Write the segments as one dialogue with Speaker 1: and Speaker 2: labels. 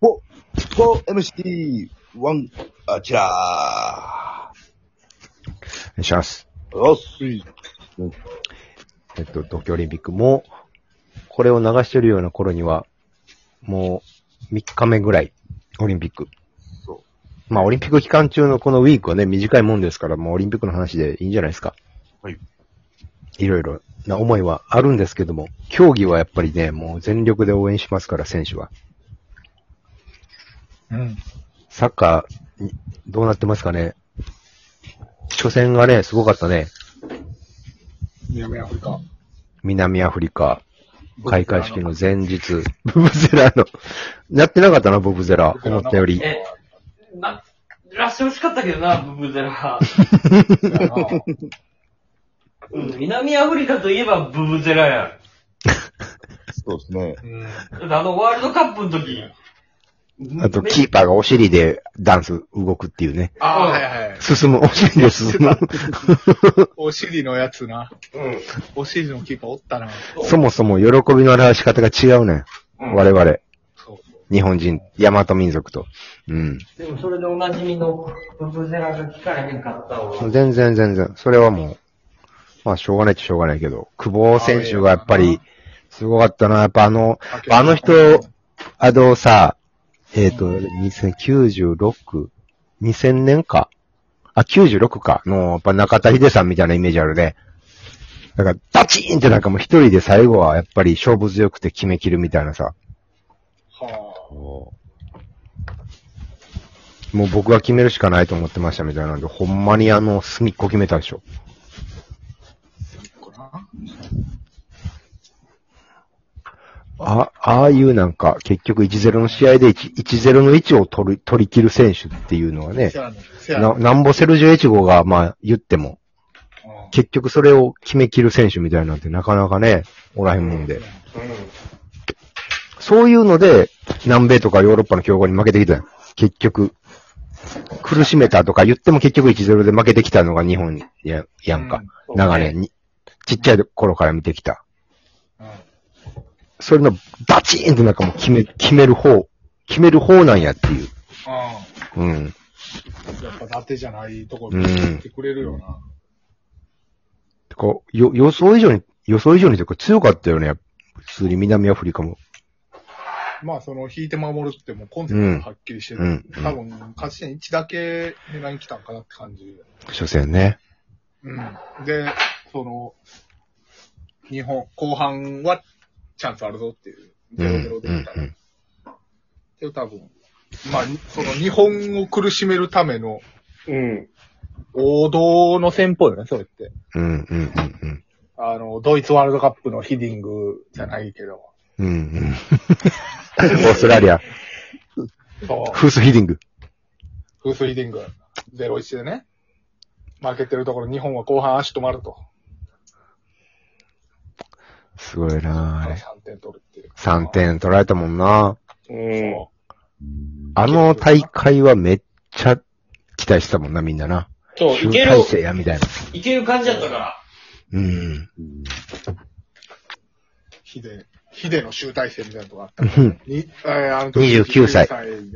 Speaker 1: お !4MC1、あちら
Speaker 2: お願いします。
Speaker 1: ー。よっし
Speaker 2: えっと、東京オリンピックも、これを流してるような頃には、もう3日目ぐらい、オリンピック。
Speaker 1: そ
Speaker 2: まあ、オリンピック期間中のこのウィークはね、短いもんですから、もうオリンピックの話でいいんじゃないですか。
Speaker 1: はい。
Speaker 2: いろいろな思いはあるんですけども、競技はやっぱりね、もう全力で応援しますから、選手は。
Speaker 3: うん。
Speaker 2: サッカーに、どうなってますかね。初戦がね、すごかったね。
Speaker 3: 南アフ リカ。
Speaker 2: 南アフリカ、開会式の前日、ブブゼラの、やってなかったな、ブブゼラ。思ったより。
Speaker 4: え、な、らしてほしかったけどな、ブブ ゼラ。
Speaker 3: そうやな
Speaker 4: うん、南アフリカといえばブブゼラや
Speaker 1: そうですね。
Speaker 3: うん。
Speaker 4: ん。だってあのワールドカップの時。
Speaker 2: あと、
Speaker 4: め
Speaker 2: キーパーがお尻でダンス動くっていうね。
Speaker 3: ああ、はいはい。
Speaker 2: 進む、お尻で進む。
Speaker 3: お尻のやつな。
Speaker 4: うん。
Speaker 3: お尻のキーパーおったな。
Speaker 2: そもそも喜びの表し方が違うね
Speaker 4: うん
Speaker 2: ん。我々、
Speaker 3: そう。
Speaker 2: 日本人、大和民族と。うん。
Speaker 4: でもそれでおなじみのブブゼラが聞かれへんかったわ。
Speaker 2: 全然全然。それはもう、まあ、しょうがないっちゃしょうがないけど、久保選手がやっぱり、すごかったな。やっぱあの、あの人、あのさ、えっ、と、2096、2000年か。あ、96か。の、やっぱ中田秀さんみたいなイメージあるね。だから、ダチーンってなんかもう一人で最後はやっぱり勝負強くて決めきるみたいなさ。
Speaker 3: は
Speaker 2: もう僕が決めるしかないと思ってましたみたいなんで、ほんまにあの、隅っこ決めたでしょ。
Speaker 3: あ。
Speaker 2: あ、ああいうなんか、結局1-0の試合で1 1-0の位置を取る、取り切る選手っていうのはね
Speaker 3: せ、やね。せやね
Speaker 2: な、。なんぼセルジュエチゴが、まあ、言っても、
Speaker 3: うん
Speaker 2: 結局それを決めきる選手みたいなんてなかなかね、おらへんもんで。そういうので、南米とかヨーロッパの強豪に負けてきたやん結局、苦しめたとか言っても結局1-0で負けてきたのが日本ややんか。
Speaker 4: うん
Speaker 2: 長年に。ちっちゃい頃から見てきた。
Speaker 3: うん。
Speaker 2: それのバチーンってなんかもう決め、決める方、決める方なんやっていう。
Speaker 3: う
Speaker 2: うん。
Speaker 3: ん。やっぱ伊達じゃないとこ
Speaker 2: うん
Speaker 3: 見せてくれるよな。
Speaker 2: こう、よ、予想以上に、予想以上にというか強かったよね。普通に南アフリカも。
Speaker 3: まあ、その、引いて守るってもうコンセプトがはっきりして
Speaker 2: う
Speaker 3: る
Speaker 2: んうん。
Speaker 3: 多分、勝ち点1だけ狙いに来たんかなって感じ。
Speaker 2: 初戦ね。
Speaker 3: うん。で、その、日本、後半はチャンスあるぞっていう。
Speaker 2: うん。う
Speaker 3: 0ロ0でみ
Speaker 2: ん
Speaker 3: たいな。
Speaker 2: うん。
Speaker 3: で、多分、まあ、にその日本を苦しめるための
Speaker 4: うん。
Speaker 3: 王道の戦法よね、それって。
Speaker 2: うん。うん。うん。
Speaker 3: あの、ドイツワールドカップのヒディングじゃないけど。
Speaker 2: うん。うん。オーストラリア、
Speaker 3: そう。
Speaker 2: フースヒーディング。
Speaker 3: フースヒディング、0-1でね。負けてるところ、日本は後半足止まると。
Speaker 2: すごいなあれ。
Speaker 3: 3点取るっていう。
Speaker 2: 3点取られたもんな
Speaker 4: うん。
Speaker 3: そ
Speaker 2: あの大会はめっちゃ期待してたもんな、みんなな。
Speaker 4: そう、
Speaker 2: 集
Speaker 4: いける、
Speaker 2: 大成や、みたいな。
Speaker 4: いける感じだったから。
Speaker 2: うん。
Speaker 3: う。ヒデ、ヒデの集大成みたいなとこあった。
Speaker 2: うん
Speaker 3: にえーあの時
Speaker 2: 29歳
Speaker 3: で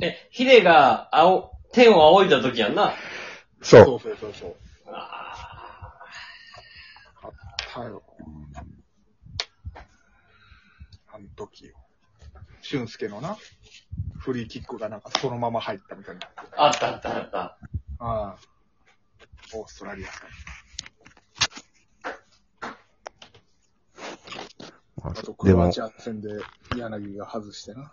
Speaker 4: え、ヒデが、青、天を仰いだ時やんな。
Speaker 2: そ
Speaker 3: そうそうそうそう。あったよ。あの時よ。俊介のな、フリーキックがなんかそのまま入ったみたいな。
Speaker 4: あったあったあった。
Speaker 3: ああ。オーストラリアか。あと
Speaker 2: う。
Speaker 3: ク
Speaker 2: で
Speaker 3: ロア
Speaker 2: も、
Speaker 3: チア戦で柳が外してな。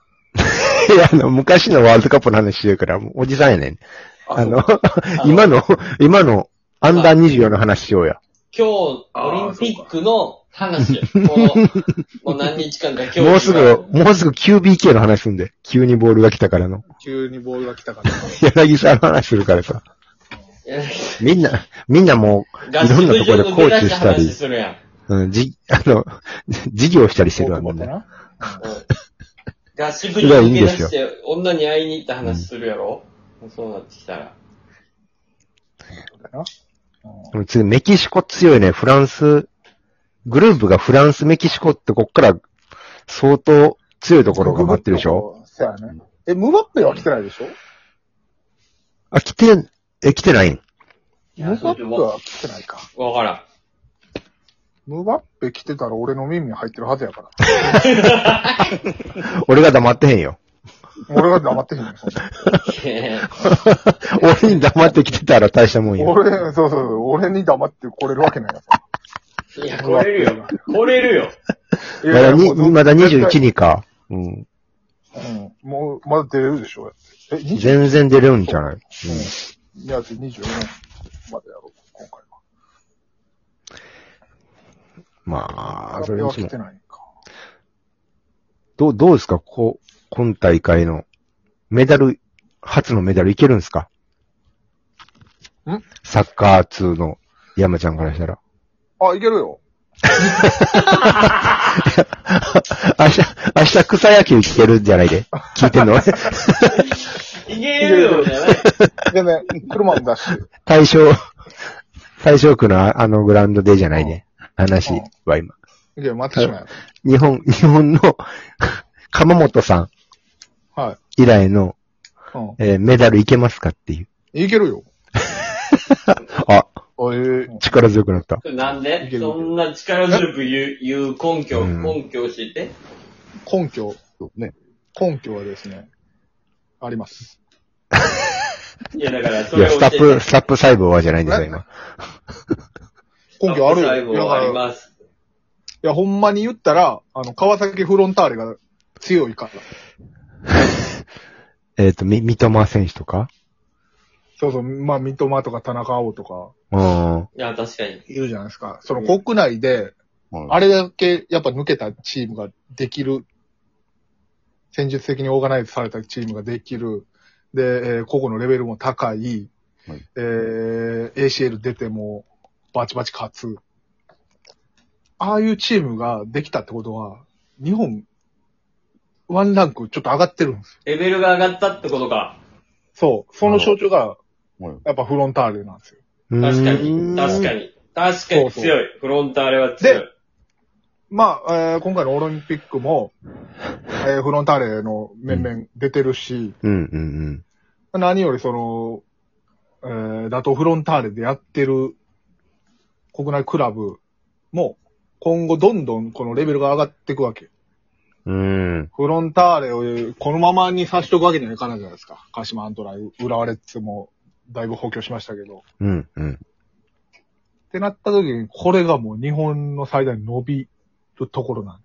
Speaker 2: いや、あの、昔のワールドカップの話してるから、もうおじさんやねん。あの、 今の、今の、アンダー24の話しようや。
Speaker 4: 今日、
Speaker 3: あー
Speaker 4: オリンピックの 話や。この、もう何日間か今日。
Speaker 2: もうすぐ、もうすぐ QBK の話すんで。急にボールが来たからの。
Speaker 3: 急にボールが来たから。
Speaker 2: 柳沢の話するからさ。
Speaker 4: え
Speaker 2: みんな、みんなも
Speaker 4: 合宿所の出だし話するやん。
Speaker 2: う、うん、じ、 あの、授業したりしてるわ、
Speaker 3: ボ
Speaker 2: み
Speaker 3: ー
Speaker 2: ん
Speaker 3: ル持って
Speaker 2: な。
Speaker 3: な。
Speaker 4: 合宿所に抜け出して、女に会いに行った話するやろ、もうそうなってきたら。
Speaker 2: でも次、メキシコ強いね。フランス、グループがフランス、メキシコってこっから相当強いところが待ってるでしょ
Speaker 3: そうやね。え、ムバッペは来てないでしょ
Speaker 2: あ、来て、え、来てないん
Speaker 4: いや
Speaker 3: ムバッペは来てないか。
Speaker 4: わからん。
Speaker 3: ムバッペ来てたら俺の耳に入ってるはずやから。
Speaker 2: 俺が黙ってへん よ。
Speaker 3: 俺が黙ってへんねんそんな
Speaker 2: 俺に黙ってきてたら大したもんよ。
Speaker 3: 俺、そうそうそう、俺に黙って来れるわけないや
Speaker 4: いや、来れるよ。来れるよ。
Speaker 3: つ。い
Speaker 2: まだ
Speaker 3: やい
Speaker 2: に
Speaker 3: やもう
Speaker 2: まだ21
Speaker 3: 絶
Speaker 2: 人か。うん。
Speaker 3: 対うん。もう、まだ出れるでしょ。え、20?
Speaker 2: 全然出れるんじゃない、うん、
Speaker 3: いや、24までやろう、今回は。
Speaker 2: まあ、そ
Speaker 3: ム
Speaker 2: れ
Speaker 3: バッ
Speaker 2: にし
Speaker 3: ペは来
Speaker 2: も
Speaker 3: て。ないか。
Speaker 2: どう、どうですかこう、今大会のメダル、初のメダルいけるんですか
Speaker 3: ん
Speaker 2: サッカー2の山ちゃんから したら。
Speaker 3: あ、いけるよ。
Speaker 2: 明日、明日草野球聞けるんじゃないで。聞いてん の
Speaker 4: いけるよ、じゃない。
Speaker 3: でね、車も出して。
Speaker 2: 対象、対象区のああのグラウンドでじゃないで。話は今。
Speaker 3: いや、松島や
Speaker 2: 日本、日本の鎌本さ
Speaker 3: と。はい。
Speaker 2: ん以来の、
Speaker 3: う
Speaker 2: えーメダルいけますかっていう。
Speaker 3: ん。いけるよ。
Speaker 2: あ、
Speaker 3: あ、ええ
Speaker 2: 力強くなった。
Speaker 4: なん
Speaker 3: い
Speaker 4: で
Speaker 3: ける
Speaker 4: そんな力強く言う、言う根拠、
Speaker 2: うん
Speaker 4: 根拠を教えて。
Speaker 3: 根拠、
Speaker 1: そうね。
Speaker 3: 根拠はですね、あります。
Speaker 4: いや、だから、そ
Speaker 2: い
Speaker 4: れ
Speaker 2: や、
Speaker 4: を
Speaker 2: ス
Speaker 4: 教
Speaker 2: タ
Speaker 4: えて。
Speaker 2: ップ、スタップ細胞はじゃないんですよ、今。
Speaker 3: 根拠あるよ。
Speaker 4: 最後
Speaker 3: だ
Speaker 4: は
Speaker 3: か
Speaker 4: あ
Speaker 3: ら
Speaker 4: り
Speaker 3: い
Speaker 4: ます。
Speaker 3: や、ほんまに言ったら、あの、川崎フロンターレが強いから。
Speaker 2: えっ、と、み、三笘選手とか
Speaker 3: そうそう、まあ、三笘とか田中碧とか、
Speaker 2: うん。
Speaker 4: いや、確かに。
Speaker 3: いるじゃないですか。その国内で、あれだけやっぱ抜けたチームができる。戦術的にオーガナイズされたチームができる。で、えー個々のレベルも高い。
Speaker 1: はい
Speaker 3: えー ACL 出てもバチバチ勝つ。ああいうチームができたってことは、日本、ワンランクちょっと上がってるんですよ。
Speaker 4: レベルが上がったってことか。
Speaker 3: そう。その象徴が、
Speaker 1: はい
Speaker 3: やっぱフロンターレなんですよ。
Speaker 4: 確かに。確か
Speaker 2: に。
Speaker 4: に。確かに強い。フロンターレは強い。
Speaker 3: まあ、えー今回のオリンピックも、えーフロンターレの面々出てるし、
Speaker 2: うんうん
Speaker 3: 何よりその、えー、打倒フロンターレでやってる国内クラブも、今後どんどんこのレベルが上がっていくわけ。
Speaker 2: うん。うん。
Speaker 3: フロンターレをえーこのままにさしとくわけにはいかないじゃないですか。鹿島アントライ、浦和レッズもだいぶ補強しましたけど。
Speaker 2: うんうん。
Speaker 3: ってなった時に、これがもう日本の最大に伸びるところなの。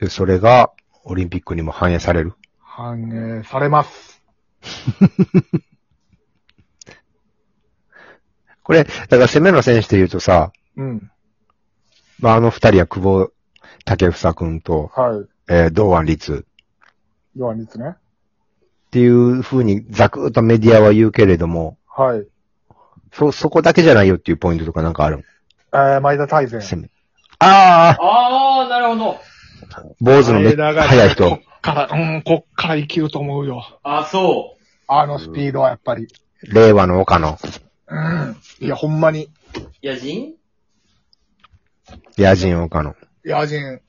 Speaker 2: で、それが、オリンピックにも反映される。
Speaker 3: 反映されます。
Speaker 2: これ、だから攻めの選手で言うとさ、
Speaker 3: うん。
Speaker 2: まあ、あの二人は久保建英君と、
Speaker 3: はい。
Speaker 2: えー、堂安律
Speaker 3: ヨアニツね。
Speaker 2: っていう風にざくっとメディアは言うけれども、
Speaker 3: はい。
Speaker 2: そ、そこだけじゃないよっていうポイントとかなんかある
Speaker 3: えー、前田大然。
Speaker 2: 攻め。ああ
Speaker 4: あー、なるほど。
Speaker 2: 坊主のめっ
Speaker 3: 前田が
Speaker 2: 速い
Speaker 3: こ
Speaker 2: 人。
Speaker 3: っから、うん、こっから生きると思うよ。
Speaker 4: あ、そ
Speaker 3: あのスピードはやっぱり。
Speaker 2: 令和の岡野。
Speaker 3: うん。いや、ほんまに。
Speaker 4: う。野人
Speaker 2: 野人岡野。
Speaker 3: 野人。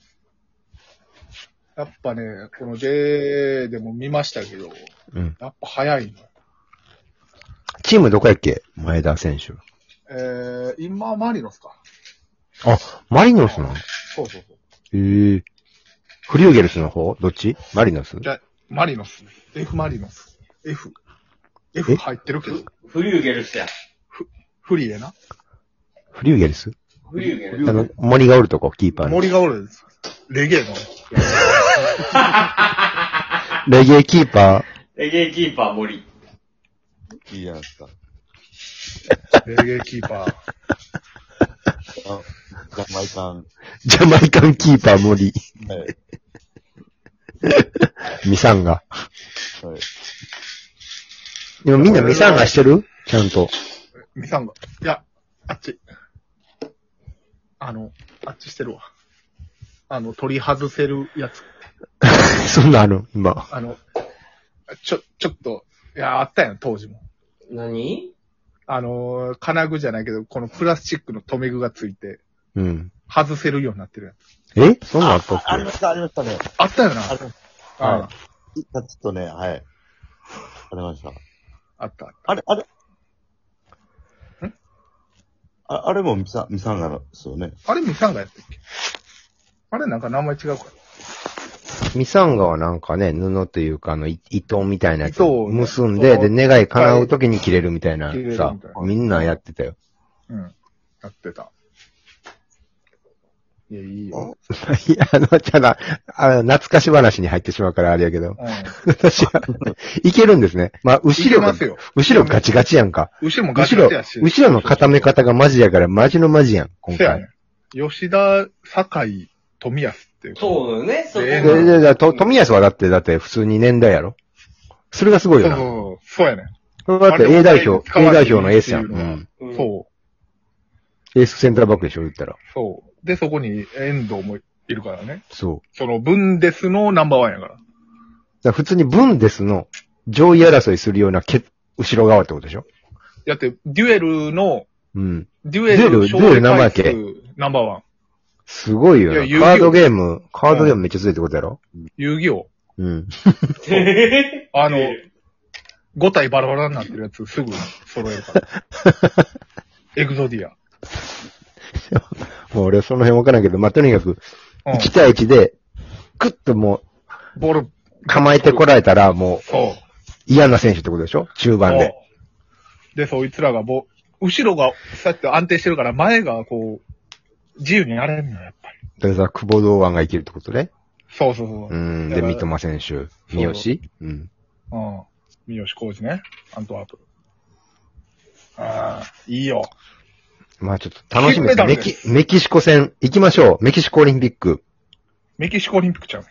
Speaker 3: やっぱね、この J でも見ましたけど、
Speaker 2: うん。
Speaker 3: やっぱ速いのよ。
Speaker 2: チームどこやっけ前田選手。
Speaker 3: えー、今マリノスか。
Speaker 2: あ、マリノスなの
Speaker 3: そうそうそう。
Speaker 2: ええフリューゲルスの方どっちマリノス
Speaker 3: じゃ、マリノス。F マリノス。F。
Speaker 2: え
Speaker 3: F 入ってるけど。
Speaker 4: フリューゲルスや。
Speaker 3: フリーやな。
Speaker 2: フリューゲルス
Speaker 4: フリューゲ
Speaker 2: あ
Speaker 4: ルス。
Speaker 2: の、森がおるとこ、キーパーの。
Speaker 3: 森がおるんです。レゲエの。
Speaker 2: レゲエキーパ
Speaker 4: レゲエキーパー森。
Speaker 1: いいじゃないですか。
Speaker 3: レゲエキーパ
Speaker 1: あ、
Speaker 3: ー。
Speaker 1: ジャマイカン。
Speaker 2: ー、ジャマイカンキーパー森、
Speaker 1: はい。
Speaker 2: ミサンガ。
Speaker 1: はい。
Speaker 2: でもみんなミサンガしてるちゃんと。
Speaker 3: ミサンガ。いや、あっち。あの、あっちしてるわ。あの、取り外せるやつ。
Speaker 2: そんなんある今。
Speaker 3: あの、ちょ、ちょっと、いや、あったやん、当時も。
Speaker 4: 何
Speaker 3: あの、金具じゃないけど、このプラスチックの留め具がついて、
Speaker 2: うん。
Speaker 3: 外せるようになってるや
Speaker 2: えそんなんあったっ
Speaker 1: ありました、ありましたね。
Speaker 3: つ。あったよな。
Speaker 1: ありまし
Speaker 3: はい。
Speaker 1: ちょっとね、はい。ありました。
Speaker 3: あったあっ
Speaker 1: あれ、あれああれもミサ、ミサンガですよね。
Speaker 3: た。あれ、ミサンがやったっけあれ、なんか名前違うか。
Speaker 2: ミサンガはなんかね、布というか、あの、い糸みたいなやつ
Speaker 3: 糸をね
Speaker 2: 結んで、
Speaker 3: そ
Speaker 2: で、
Speaker 3: の
Speaker 2: 願い叶うときに切れるみたいな
Speaker 3: 切れるみたい
Speaker 2: さ
Speaker 3: な、
Speaker 2: みんなやってたよ。
Speaker 3: うん。やってた。いや、いいよ。
Speaker 2: いや、あの、ただ、あの懐かし話に入ってしまうからあれやけど、
Speaker 3: うん。
Speaker 2: 私は、いけるんですね。まあ、後ろ
Speaker 3: いけま
Speaker 2: が
Speaker 3: す、よ。
Speaker 2: 後ろガチガチやんか。
Speaker 3: 後ろもガチ
Speaker 2: 後ろ
Speaker 3: ガチや、し。
Speaker 2: 後ろの固め方がマジやから、マジのマジやん、今
Speaker 3: せやね
Speaker 2: 回。。
Speaker 3: 吉田、酒井、富安っていう。。
Speaker 4: そううよね、そこ
Speaker 3: え
Speaker 2: で、
Speaker 3: え
Speaker 2: で、
Speaker 3: な
Speaker 2: で、と、富安はだって、だって普通に年代やろそれがすごい
Speaker 3: そ
Speaker 2: よな。
Speaker 3: うそう。そうやね。
Speaker 2: それだって
Speaker 3: あれ
Speaker 2: A 代表、
Speaker 3: 使
Speaker 2: A
Speaker 3: われ
Speaker 2: 代
Speaker 3: てる
Speaker 2: 表のエースやん。
Speaker 3: って
Speaker 2: う
Speaker 3: いうのは
Speaker 2: ん。
Speaker 4: うん
Speaker 3: そう。
Speaker 2: エースセンターバックでしょ、言ったら。
Speaker 3: そう。で、そこに遠藤もいるからね。
Speaker 2: そう。
Speaker 3: その、ブンデスのナンバーワンやから。
Speaker 2: だから普通にブンデスの上位争いするようなけ、後ろ側ってことでしょ
Speaker 3: だって、デュエルの、
Speaker 2: うん。
Speaker 3: デュエ
Speaker 2: デュエル
Speaker 3: ル、
Speaker 2: デュエル生焼け
Speaker 3: ナンバーワン。
Speaker 2: すごいよ
Speaker 3: いや遊
Speaker 2: な。カー
Speaker 3: 戯王
Speaker 2: ドゲーム、カードゲームめっちゃ強いってことやろ
Speaker 3: 遊戯王。
Speaker 2: うん。
Speaker 3: あの、5体バラバラになってるやつすぐ揃え るから。エグゾディア。
Speaker 2: もう俺その辺わからんけど、まあ、とにかく、
Speaker 3: うん。
Speaker 2: 1対1で、クッとも
Speaker 3: ボール、
Speaker 2: う構えてこられたら、もう
Speaker 3: そう。
Speaker 2: 嫌な選手ってことでしょ中盤で。
Speaker 3: そうで、そいつらがぼ、後ろが、さっき安定してるから、前がこう、自由にやれんのよ、やっぱり。
Speaker 2: だからさ、久保堂安がいけるってことね。
Speaker 3: そうそうそう。う。
Speaker 2: うんん。で、
Speaker 3: だから
Speaker 2: 三笘選手、三好うん。
Speaker 3: 三好浩二ね。アントワープ。ああ、いいよ。
Speaker 2: まあちょっと楽しみ
Speaker 3: 金メ
Speaker 2: です
Speaker 3: ダル
Speaker 2: メ
Speaker 3: で
Speaker 2: キ、メキシコ戦行きましょう。メキシコオリンピック。
Speaker 3: メキシコオリンピックちゃうね。